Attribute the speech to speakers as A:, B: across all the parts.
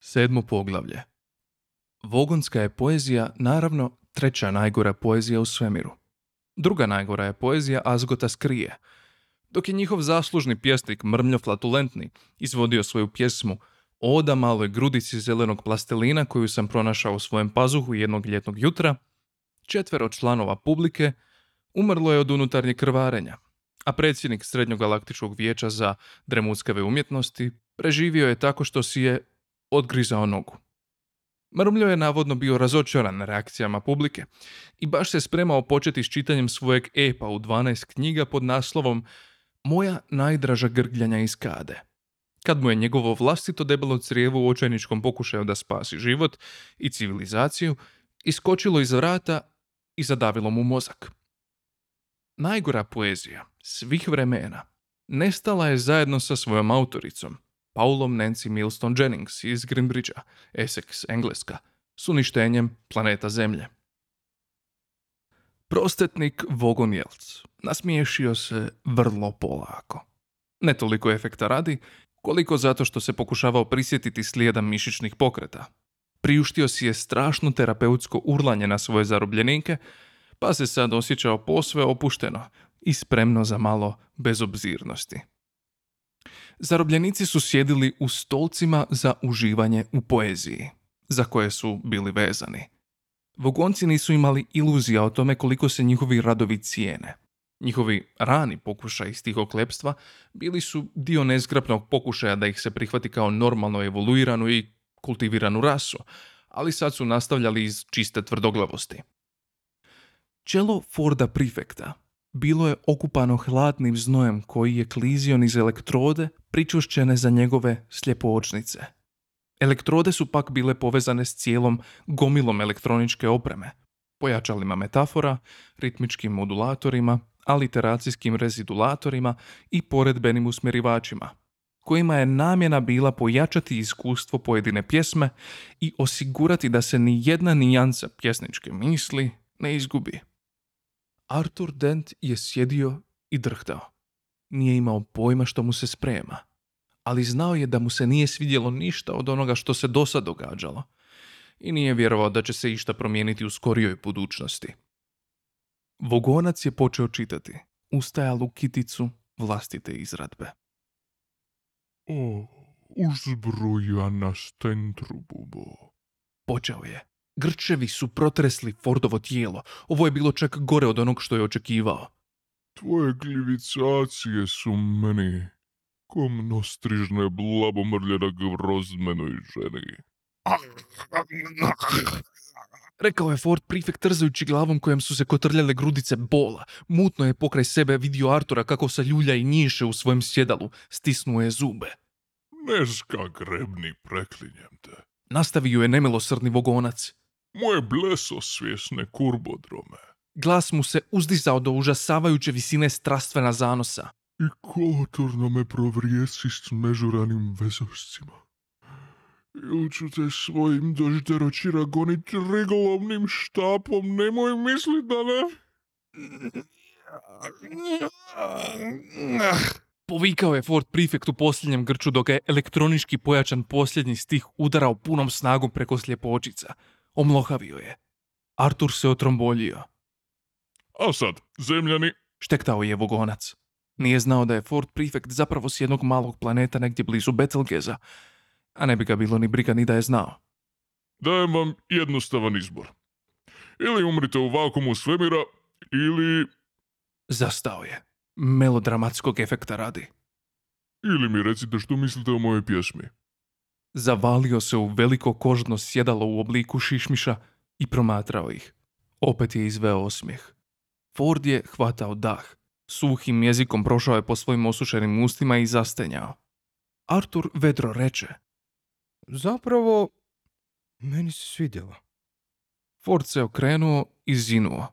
A: Sedmo poglavlje. Vogonska je poezija, naravno, treća najgora poezija u svemiru. Druga najgora je poezija Azgota Skrije. Dok je njihov zaslužni pjesnik Mrmljo Flatulentni izvodio svoju pjesmu Oda maloj grudici zelenog plastelina koju sam pronašao u svojem pazuhu jednog ljetnog jutra, četvero članova publike umrlo je od unutarnjeg krvarenja, a predsjednik Srednjogalaktičkog vijeća za dremuckave umjetnosti preživio je tako što si je odgrizao nogu. Mrmljo je navodno bio razočaran reakcijama publike i baš se spremao početi s čitanjem svojeg epa u 12 knjiga pod naslovom Moja najdraža grgljanja iz kade. Kad mu je njegovo vlastito debelo crijevo u očajničkom pokušaju da spasi život i civilizaciju, iskočilo iz vrata i zadavilo mu mozak. Najgora poezija svih vremena nestala je zajedno sa svojom autoricom, Paulom Nancy Milston Jennings iz Greenbridgea, Essex, Engleska, s uništenjem planeta Zemlje. Prostetnik Vogon Jelc nasmiješio se vrlo polako. Ne toliko efekta radi, koliko zato što se pokušavao prisjetiti slijeda mišićnih pokreta. Priuštio si je strašno terapeutsko urlanje na svoje zarobljenike, pa se sad osjećao posve opušteno i spremno za malo bezobzirnosti. Zarobljenici su sjedili u stolcima za uživanje u poeziji, za koje su bili vezani. Vogonci nisu imali iluzija o tome koliko se njihovi radovi cijene. Njihovi rani pokušaj stihoklepstva bili su dio nezgrapnog pokušaja da ih se prihvati kao normalno evoluiranu i kultiviranu rasu, ali sad su nastavljali iz čiste tvrdoglavosti. Čelo Forda prefekta bilo je okupano hladnim znojem koji je klizio niz elektrode pričušćene za njegove sljepoočnice. Elektrode su pak bile povezane s cijelom gomilom elektroničke opreme, pojačalima metafora, ritmičkim modulatorima, aliteracijskim rezidulatorima i poredbenim usmjerivačima, kojima je namjena bila pojačati iskustvo pojedine pjesme i osigurati da se ni jedna nijanca pjesničke misli ne izgubi. Arthur Dent je sjedio i drhtao. Nije imao pojma što mu se sprema, ali znao je da mu se nije svidjelo ništa od onoga što se do sad događalo i nije vjerovao da će se išta promijeniti u skorijoj budućnosti. Vogonac je počeo čitati, ustajalu kiticu vlastite izradbe.
B: O, uzbrojana stentrububo.
A: Počeo je. Grčevi su protresli Fordovo tijelo. Ovo je bilo čak gore od onog što je očekivao.
B: Tvoje glivicacije su meni ko mnostrižne blabomrlje na grozmenoj ženi.
A: Rekao je Ford prefekt trzajući glavom kojem su se kotrljale grudice bola. Mutno je pokraj sebe vidio Artura kako se ljulja i njiše u svojem sjedalu. Stisnuo je zube.
B: Neška grebni, preklinjem te.
A: Nastavio je nemilosrdni vogonac.
B: Moje bleso svjesne kurbodrome.
A: Glas mu se uzdizao do užasavajuće visine strastvena zanosa.
B: I kotorno me provrijesi s mežuranim vezošcima. Ili ću te svojim dožderočira gonit rigolovnim štapom, nemoj mislit da ne...
A: Povikao je Ford Prefect u posljednjem grču dok je elektronički pojačan posljednji stih udarao punom snagom preko sljepočica. Omlohavio je. Artur se otrombolio.
B: A sad, zemljani,
A: Štektao je vogonac. Nije znao da je Ford Prefect zapravo s jednog malog planeta negdje blizu Betelgeza, a ne bi ga bilo ni briga ni da je znao.
B: dajem vam jednostavan izbor. Ili umrite u vakumu svemira, ili...
A: Zastao je. Melodramatskog efekta radi.
B: Ili mi recite što mislite o mojoj pjesmi.
A: Zavalio se u veliko kožno sjedalo u obliku šišmiša i promatrao ih. Opet je izveo osmijeh. Ford je hvatao dah. Suhim jezikom prošao je po svojim osušenim ustima i zastenjao. Artur vedro reče.
C: Zapravo, meni se svidjelo.
A: Ford se okrenuo i zinuo.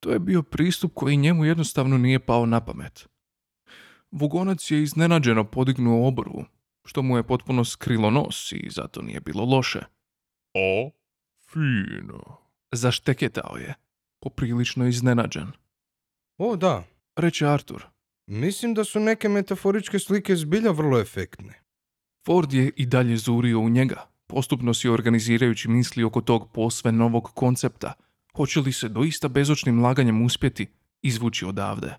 A: To je bio pristup koji njemu jednostavno nije pao na pamet. Vugonac je iznenađeno podignuo obrvu, što mu je potpuno skrilo nos i zato nije bilo loše.
B: A? Fino.
A: Zašteketao je, poprilično iznenađen.
C: O da,
A: Reče Artur.
C: mislim da su neke metaforičke slike zbilja vrlo efektne.
A: Ford je i dalje zurio u njega, Postupno si organizirajući misli oko tog posve novog koncepta, hoće li se doista bezočnim laganjem uspjeti izvući odavde.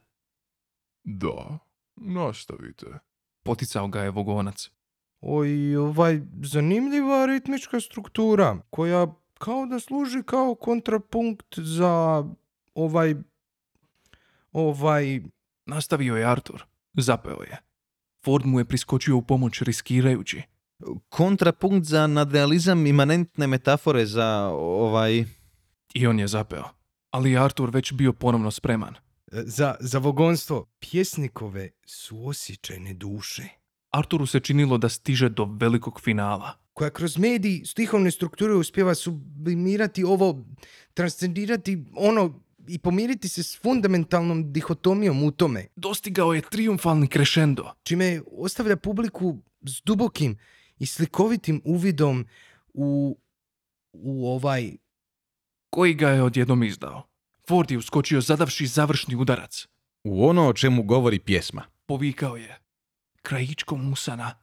B: Da, nastavite.
A: Poticao ga je vogonac.
C: Oj, ovaj, zanimljiva ritmička struktura koja kao da služi kao kontrapunkt za ovaj, ovaj,
A: Nastavio je Artur. Zapeo je. Ford mu je priskočio u pomoć riskirajući.
D: Kontrapunkt za nadrealizam imanentne metafore za ovaj...
A: I on je zapeo. Ali je Artur već bio ponovno spreman.
C: za, za vogonstvo. Pjesnikove su osjećajne duše
A: Arturu se činilo da stiže do velikog finala.
C: koja kroz medij stihovne strukture uspjeva sublimirati ovo, transcendirati ono i pomiriti se s fundamentalnom dihotomijom u tome.
A: Dostigao je triumfalni krešendo.
C: čime ostavlja publiku s dubokim i slikovitim uvidom u, u ovaj...
A: koji ga je odjednom izdao. Ford je uskočio zadavši završni udarac.
D: U ono o čemu govori pjesma.
A: Povikao je. Krajičkom usana.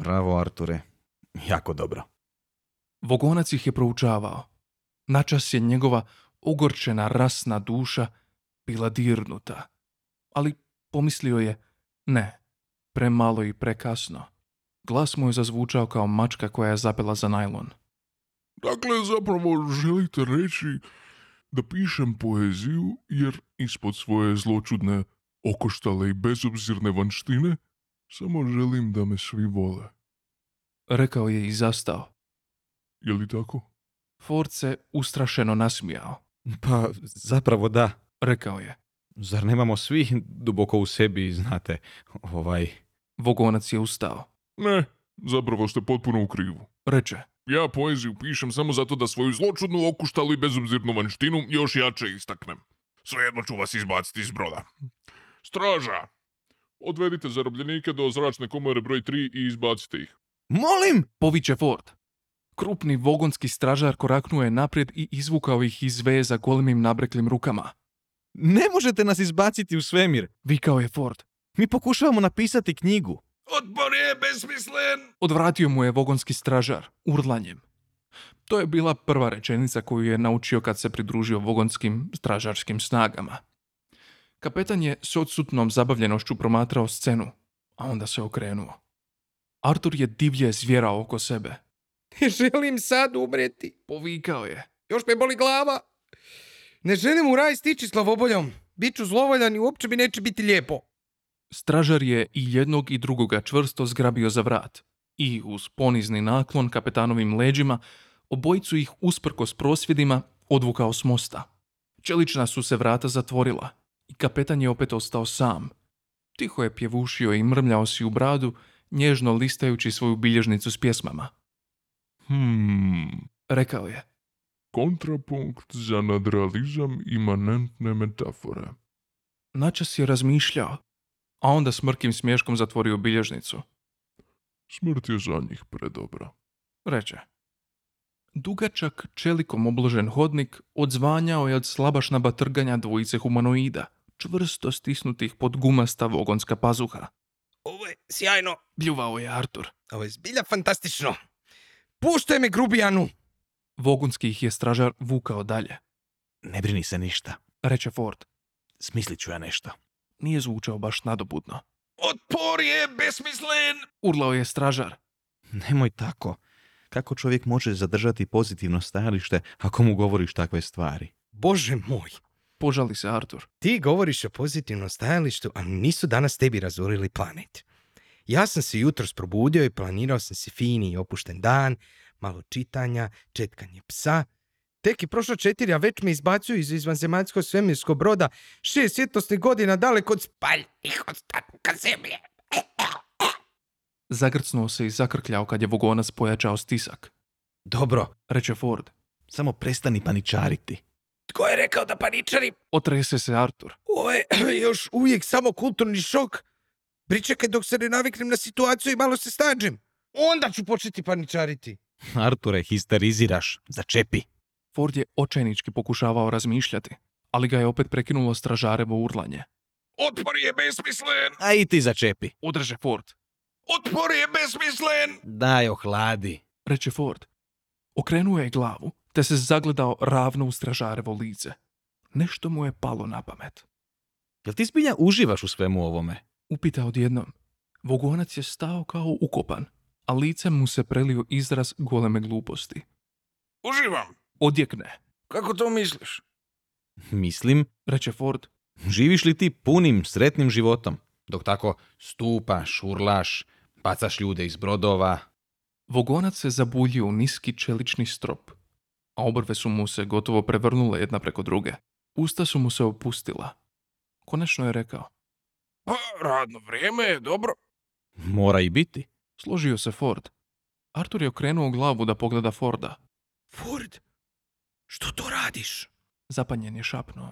D: Bravo, Arture. Jako dobro.
A: Vogonac ih je proučavao. Načas je njegova ogorčena rasna duša bila dirnuta. Ali pomislio je, ne, premalo i prekasno. Glas mu je zazvučao kao mačka koja je zapela za najlon.
B: Dakle, zapravo želite reći da pišem poeziju jer ispod svoje zločudne, okoštale i bezobzirne vanštine samo želim da me svi vole.
A: Rekao je i zastao.
B: Je li tako?
A: Ford se ustrašeno nasmijao.
D: Pa, zapravo da.
A: Rekao je.
D: Zar nemamo svi duboko u sebi, znate, ovaj...
A: Vogonac je ustao.
B: Ne, zapravo ste potpuno u krivu.
A: Reče.
B: Ja poeziju pišem samo zato da svoju zločudnu, okuštalu i bezobzirnu vanštinu još jače istaknem. Svejedno ću vas izbaciti iz broda. Straža! Odvedite zarobljenike do zračne komore broj 3 i izbacite ih.
D: Molim!
A: Poviće Ford. Krupni vogonski stražar koraknuo je naprijed i izvukao ih iz veza golemim nabreklim rukama.
D: Ne možete nas izbaciti u svemir.
A: Vikao je Ford.
D: Mi pokušavamo napisati knjigu.
B: Odbor je besmislen!
A: Odvratio mu je vogonski stražar, urlanjem. To je bila prva rečenica koju je naučio kad se pridružio vogonskim stražarskim snagama. Kapetan je s odsutnom zabavljenošću promatrao scenu, a onda se okrenuo. Artur je divlje zvjerao oko sebe.
C: Želim sad umreti.
A: Povikao je.
C: Još me boli glava. Ne želim u raj stići slavoboljom. Biću zlovoljan i uopće mi neće biti lijepo.
A: Stražar je i jednog i drugoga čvrsto zgrabio za vrat i uz ponizni naklon kapetanovim leđima obojicu ih usprkos prosvjedima odvukao s mosta. Čelična su se vrata zatvorila i kapetan je opet ostao sam. Tiho je pjevušio i mrmljao si u bradu, nježno listajući svoju bilježnicu s pjesmama.
B: Hmm,
A: Rekao je,
B: kontrapunkt za nadrealizam imanentne metafore.
A: načas je razmišljao, a onda s mrkim smješkom zatvorio bilježnicu.
B: Smrt je za njih predobra.
A: reče. Dugačak, čelikom obložen hodnik odzvanjao je od slabašna trganja dvojice humanoida, čvrsto stisnutih pod gumasta vogonska pazuha.
C: Ovo je sjajno.
A: Bljuvao je Artur.
C: Ovo je zbilja fantastično. Puštaj me, grubijanu.
A: Vogonski ih je stražar vukao dalje,
D: Ne brini se ništa.
A: reče Ford.
D: Smislit ću ja nešto.
A: Nije zvučao baš nadobudno.
B: Otpor je besmislen!
A: Urlao je stražar.
D: Nemoj tako. Kako čovjek može zadržati pozitivno stajalište ako mu govoriš takve stvari?
C: Bože moj.
A: Požali se Artur.
C: Ti govoriš o pozitivnom stajalištu, a nisu danas tebi razorili planet. Ja sam se jutros probudio i planirao sam si fini i opušten dan, malo čitanja, četkanje psa. Tek je prošlo četiri, a već me izbacuju iz izvanzemaljskog svemirskog broda šest svjetlosnih godina daleko od spaljnih ostataka zemlje.
A: Zagrcnuo se i zakrkljao kad je vogonac pojačao stisak,
C: Dobro,
A: reče Ford.
D: Samo prestani paničariti.
C: tko je rekao da paničarim?
A: Otrese se Artur.
C: Ovo je još uvijek samo kulturni šok. Pričekaj dok se ne naviknem na situaciju i malo se snađem. Onda ću početi paničariti.
D: Arture, histeriziraš. Začepi.
A: Ford je očajnički pokušavao razmišljati, ali ga je opet prekinulo stražarevo urlanje.
B: Otpor je besmislen!
D: A i ti začepi.
A: Udrže Ford.
B: Otpor je besmislen!
D: Daj, ohladi.
A: reče Ford. Okrenuo je glavu, te se zagledao ravno u stražarevo lice. Nešto mu je palo na pamet.
E: Jel ti zbilja uživaš u svemu ovome?
A: Upita odjednom. Vogonac je stao kao ukopan, a lice mu se prelio izraz goleme gluposti.
F: Uživam.
A: Odjekne,
F: Kako to misliš?
E: Mislim,
A: reče Ford.
E: živiš li ti punim, sretnim životom? Dok tako stupaš, urlaš, bacaš ljude iz brodova.
A: Vogonac se zabuljio u niski čelični strop, a obrve su mu se gotovo prevrnule jedna preko druge. Usta su mu se opustila. Konačno je rekao.
F: Pa, radno vrijeme je dobro.
E: Mora i biti.
A: Složio se Ford. Artur je okrenuo glavu da pogleda Forda.
C: Ford, što to radiš?
A: Zapanjen je šapnuo.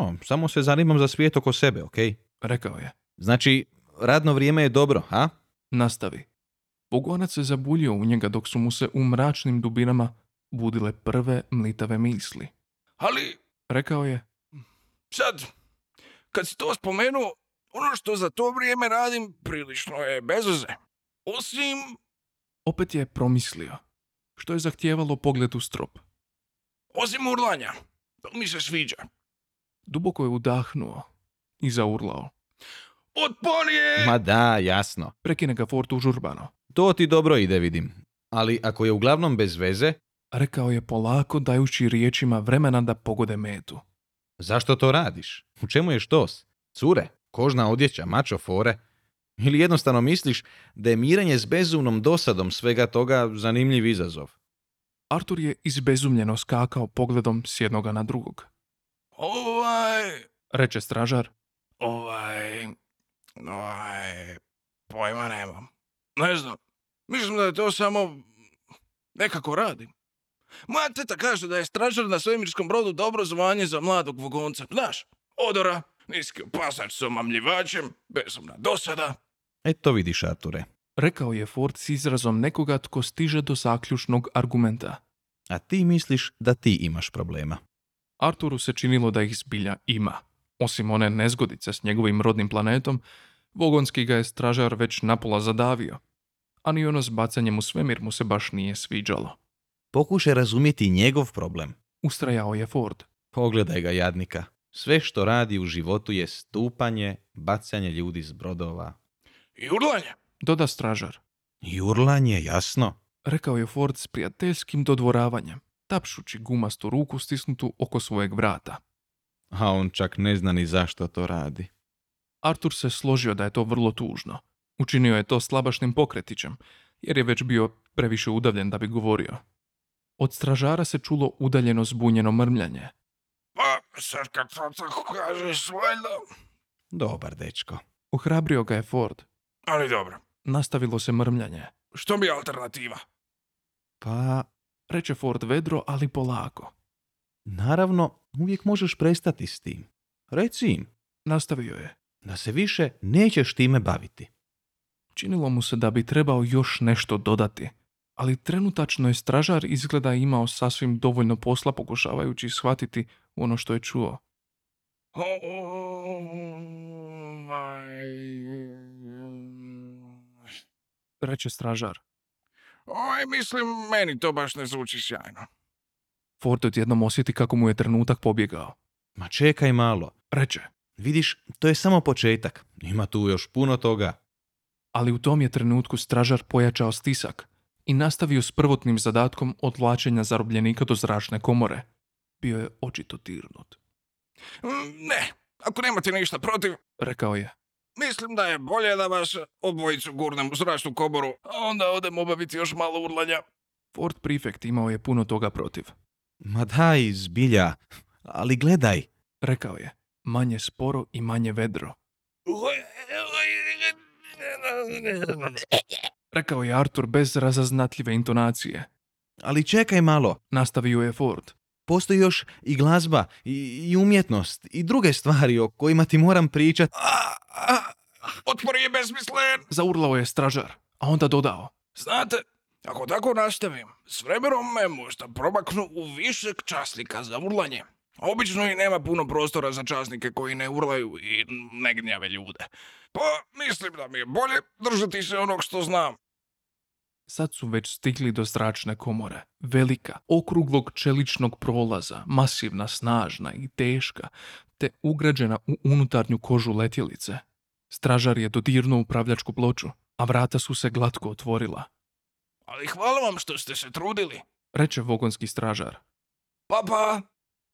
E: O, samo se zanimam za svijet oko sebe, ok?
A: Rekao je.
E: Znači, radno vrijeme je dobro, a?
A: Nastavi. Pogonac se zabuljio u njega dok su mu se u mračnim dubinama budile prve mlitave misli.
F: Ali
A: Rekao je,
F: sad, kad si to spomenuo, ono što za to vrijeme radim prilično je bezveze. Osim,
A: opet je promislio, što je zahtijevalo pogled u strop.
F: osim urlanja. To mi se sviđa.
A: Duboko je udahnuo i zaurlao.
F: Otpor je!
E: Ma da, jasno.
A: Prekine ga Ford užurbano.
E: To ti dobro ide, vidim. Ali ako je uglavnom bez veze,
A: Rekao je polako dajući riječima vremena da pogode metu.
E: zašto to radiš? U čemu je štos? Cure, kožna odjeća, mačo fore? Ili jednostavno misliš da je miranje s bezumnom dosadom svega toga zanimljiv izazov?
A: Artur je izbezumljeno skakao pogledom s jednoga na drugog.
F: Ovaj,
A: Reče stražar,
F: ovaj, ovaj, pojma nemam. Ne znam, mislim da je to samo nekako radim. Moja teta kaže da je stražar na svemirskom brodu dobro zvanje za mladog vogonca. Znaš, odora, niski opasač s omamljivačem, bezumna dosada.
E: E to vidiš, Arture.
A: rekao je Ford s izrazom nekoga tko stiže do zaključnog argumenta.
E: A ti misliš da ti imaš problema.
A: Arturu se činilo da ih zbilja ima. Osim one nezgodice s njegovim rodnim planetom, Vogonski ga je stražar već napola zadavio, a ni ono s bacanjem u svemir mu se baš nije sviđalo.
E: Pokušaj razumjeti njegov problem.
A: Ustrajao je Ford.
E: Pogledaj ga, jadnika. Sve što radi u životu je stupanje, bacanje ljudi s brodova.
F: I urlanje.
A: Doda stražar.
E: I urlanje, jasno.
A: Rekao je Ford s prijateljskim dodvoravanjem, tapšući gumastu ruku stisnutu oko svojeg vrata.
E: A on čak ne zna ni zašto to radi.
A: Artur se složio da je to vrlo tužno. Učinio je to slabašnim pokretićem, jer je već bio previše udavljen da bi govorio. Od stražara se čulo udaljeno zbunjeno mrmljanje.
F: Pa, sad kad to tako kažeš, valjda.
E: Dobar dečko.
A: Ohrabrio ga je Ford.
F: Ali dobro,
A: Nastavilo se mrmljanje.
F: što mi je alternativa?
E: Pa,
A: Reče Ford vedro, ali polako.
E: naravno, uvijek možeš prestati s tim. Reci im
A: Nastavio je.
E: da se više nećeš time baviti.
A: Činilo mu se da bi trebao još nešto dodati, ali trenutačno je stražar izgleda imao sasvim dovoljno posla pokušavajući shvatiti ono što je čuo.
F: Oh Ovaj,
A: Reče stražar.
F: ovaj, mislim, meni to baš ne zvuči sjajno.
A: Ford odjednom osjeti kako mu je trenutak pobjegao.
E: Ma čekaj malo.
A: Reče.
E: Vidiš, to je samo početak. Ima tu još puno toga.
A: ali u tom je trenutku stražar pojačao stisak i nastavio s prvotnim zadatkom odvlačenja zarobljenika do zračne komore. Bio je očito dirnut.
F: Mm, Ne, ako nemate ništa protiv,
A: Rekao je,
F: mislim da je bolje da vas obojicu gurnem u zračnu koboru, a onda odem obaviti još malo urlanja.
A: Ford Prefect imao je puno toga protiv.
E: Ma daj, zbilja. Ali gledaj.
A: Rekao je, manje sporo i manje vedro. Rekao je Artur bez razaznatljive intonacije.
E: Ali čekaj malo.
A: Nastavio je Ford.
E: Postoji još i glazba, i, i umjetnost, i druge stvari o kojima ti moram pričat.
F: A, a, Otpor je besmislen.
A: Zaurlao je stražar, a onda dodao.
F: Znate, ako tako nastavim, s vremenom me možda promaknu u višeg časnika za urlanje. Obično i nema puno prostora za časnike koji ne urlaju i ne gnjave ljude. Pa, mislim da mi je bolje držati se onog što znam.
A: Sad su već stigli do zračne komore. Velika, okruglog čeličnog prolaza, masivna, snažna i teška, te ugrađena u unutarnju kožu letjelice. Stražar je dodirnuo upravljačku ploču, a vrata su se glatko otvorila.
F: Ali hvala vam što ste se trudili.
A: Reče vogonski stražar.
F: Pa, pa.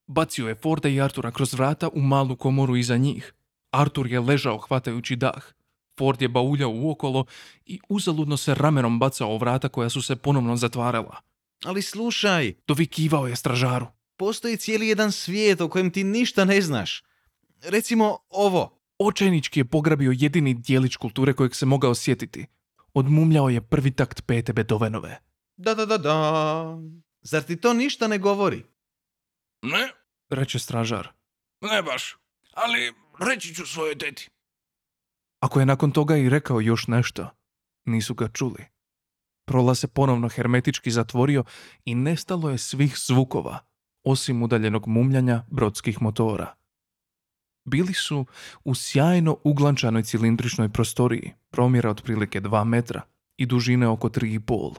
A: Bacio je Forda i Artura kroz vrata u malu komoru iza njih. Artur je ležao hvatajući dah. Ford je bauljao uokolo i uzaludno se ramenom bacao o vrata koja su se ponovno zatvarala.
E: Ali slušaj,
A: Dovikivao je stražaru.
E: postoji cijeli jedan svijet o kojem ti ništa ne znaš. Recimo ovo.
A: Očajnički je pograbio jedini dijelić kulture kojeg se mogao sjetiti. Odmumljao je prvi takt pete Beethovenove.
E: Da, da, da, da. Zar ti to ništa ne govori?
F: Ne,
A: Reče stražar.
F: ne baš. Ali reći ću svojoj teti.
A: Ako je nakon toga i rekao još nešto, nisu ga čuli. Prola se ponovno hermetički zatvorio i nestalo je svih zvukova, osim udaljenog mumljanja brodskih motora. Bili su u sjajno uglančanoj cilindričnoj prostoriji, promjera otprilike dva metra i dužine oko tri i pol.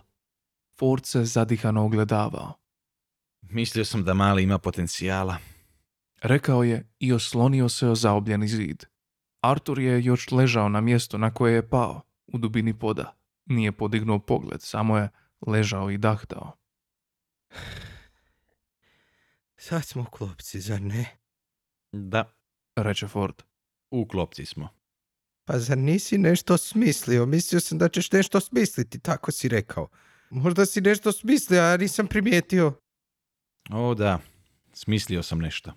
A: Ford se zadihano ogledavao.
E: Mislio sam da mali ima potencijala.
A: Rekao je i oslonio se o zaobljeni zid. Artur je još ležao na mjestu na koje je pao, u dubini poda. Nije podignuo pogled, samo je ležao i dahtao.
C: Sad smo u klopci, zar ne?
E: Da,
A: Reče Ford.
E: u klopci smo.
C: Pa zar nisi nešto smislio? Mislio sam da ćeš nešto smisliti, tako si rekao. Možda si nešto smislio, a ja nisam primijetio.
E: O da, smislio sam nešto.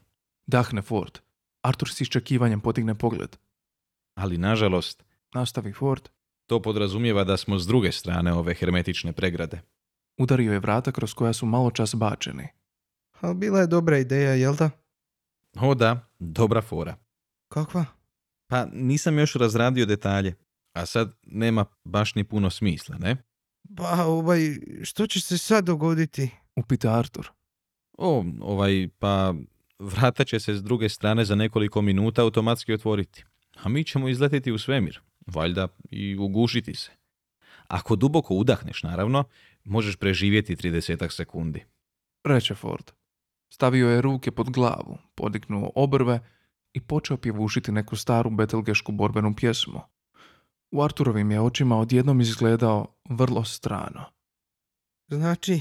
A: Dahne Ford. Artur s iščekivanjem potigne pogled.
E: Ali nažalost,
A: Nastavi Ford.
E: to podrazumijeva da smo s druge strane ove hermetične pregrade.
A: Udario je vrata kroz koja su malo čas bačeni.
C: Ali bila je dobra ideja, jel da?
E: O da, dobra fora.
C: Kakva?
E: Pa nisam još razradio detalje. A sad nema baš ni puno smisla, ne?
C: Pa, ovaj, što će se sad dogoditi?
A: Upita Artur.
E: O, ovaj, pa vrata će se s druge strane za nekoliko minuta automatski otvoriti. A mi ćemo izletiti u svemir, valjda i ugušiti se. Ako duboko udahneš, naravno, možeš preživjeti 30 sekundi.
A: Reče Ford. Stavio je ruke pod glavu, podignuo obrve i počeo pjevušiti neku staru betelgešku borbenu pjesmu. U Arturovim je očima odjednom izgledao vrlo strano.
C: Znači,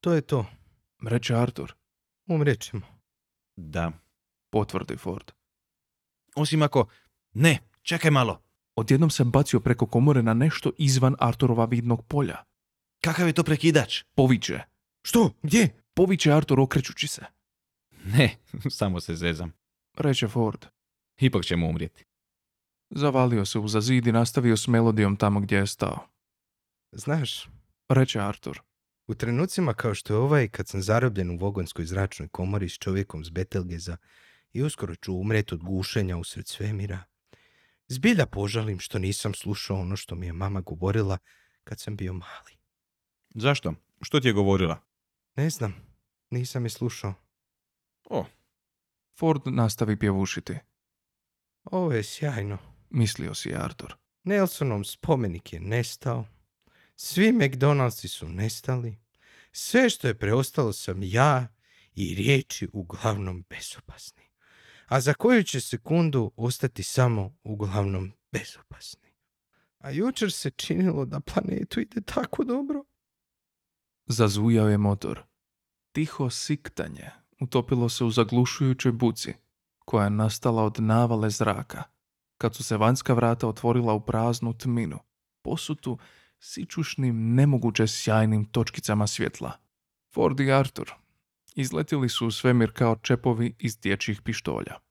C: to je to.
A: Reče Artur,
C: Umrijet ćemo.
E: Da.
A: potvrdi Ford.
E: Osim ako... Ne, čekaj malo.
A: Odjednom se bacio preko komore na nešto izvan Arturova vidnog polja.
E: Kakav je to prekidač?
A: Poviće.
C: Što? Gdje?
A: Poviće Artur okrećući se.
E: Ne, samo se zezam.
A: Reče Ford.
E: Ipak ćemo umrijeti.
A: Zavalio se uza zid i nastavio s melodijom tamo gdje je stao.
C: Znaš,
A: Reče Artur.
C: u trenucima kao što je ovaj, kad sam zarobljen u vogonskoj zračnoj komori s čovjekom s Betelgeza i uskoro ću umret od gušenja usred svemira, zbilja požalim što nisam slušao ono što mi je mama govorila kad sam bio mali.
E: Zašto? Što ti je govorila?
C: Ne znam, nisam je slušao.
A: Ford nastavi pjevušiti.
C: Ovo je sjajno.
A: Mislio si je Artur.
C: Nelsonom spomenik je nestao. Svi McDonald'si su nestali. Sve što je preostalo sam ja i riječi uglavnom bezopasni. A za koju će sekundu ostati samo uglavnom bezopasni. A jučer se činilo da planetu ide tako dobro.
A: Zazujao je motor. Tiho siktanje utopilo se u zaglušujućoj buci, koja je nastala od navale zraka, kad su se vanjska vrata otvorila u praznu tminu, posutu sičušnim nemoguće sjajnim točkicama svjetla. Ford i Arthur izletili su u svemir kao čepovi iz dječjih pištolja.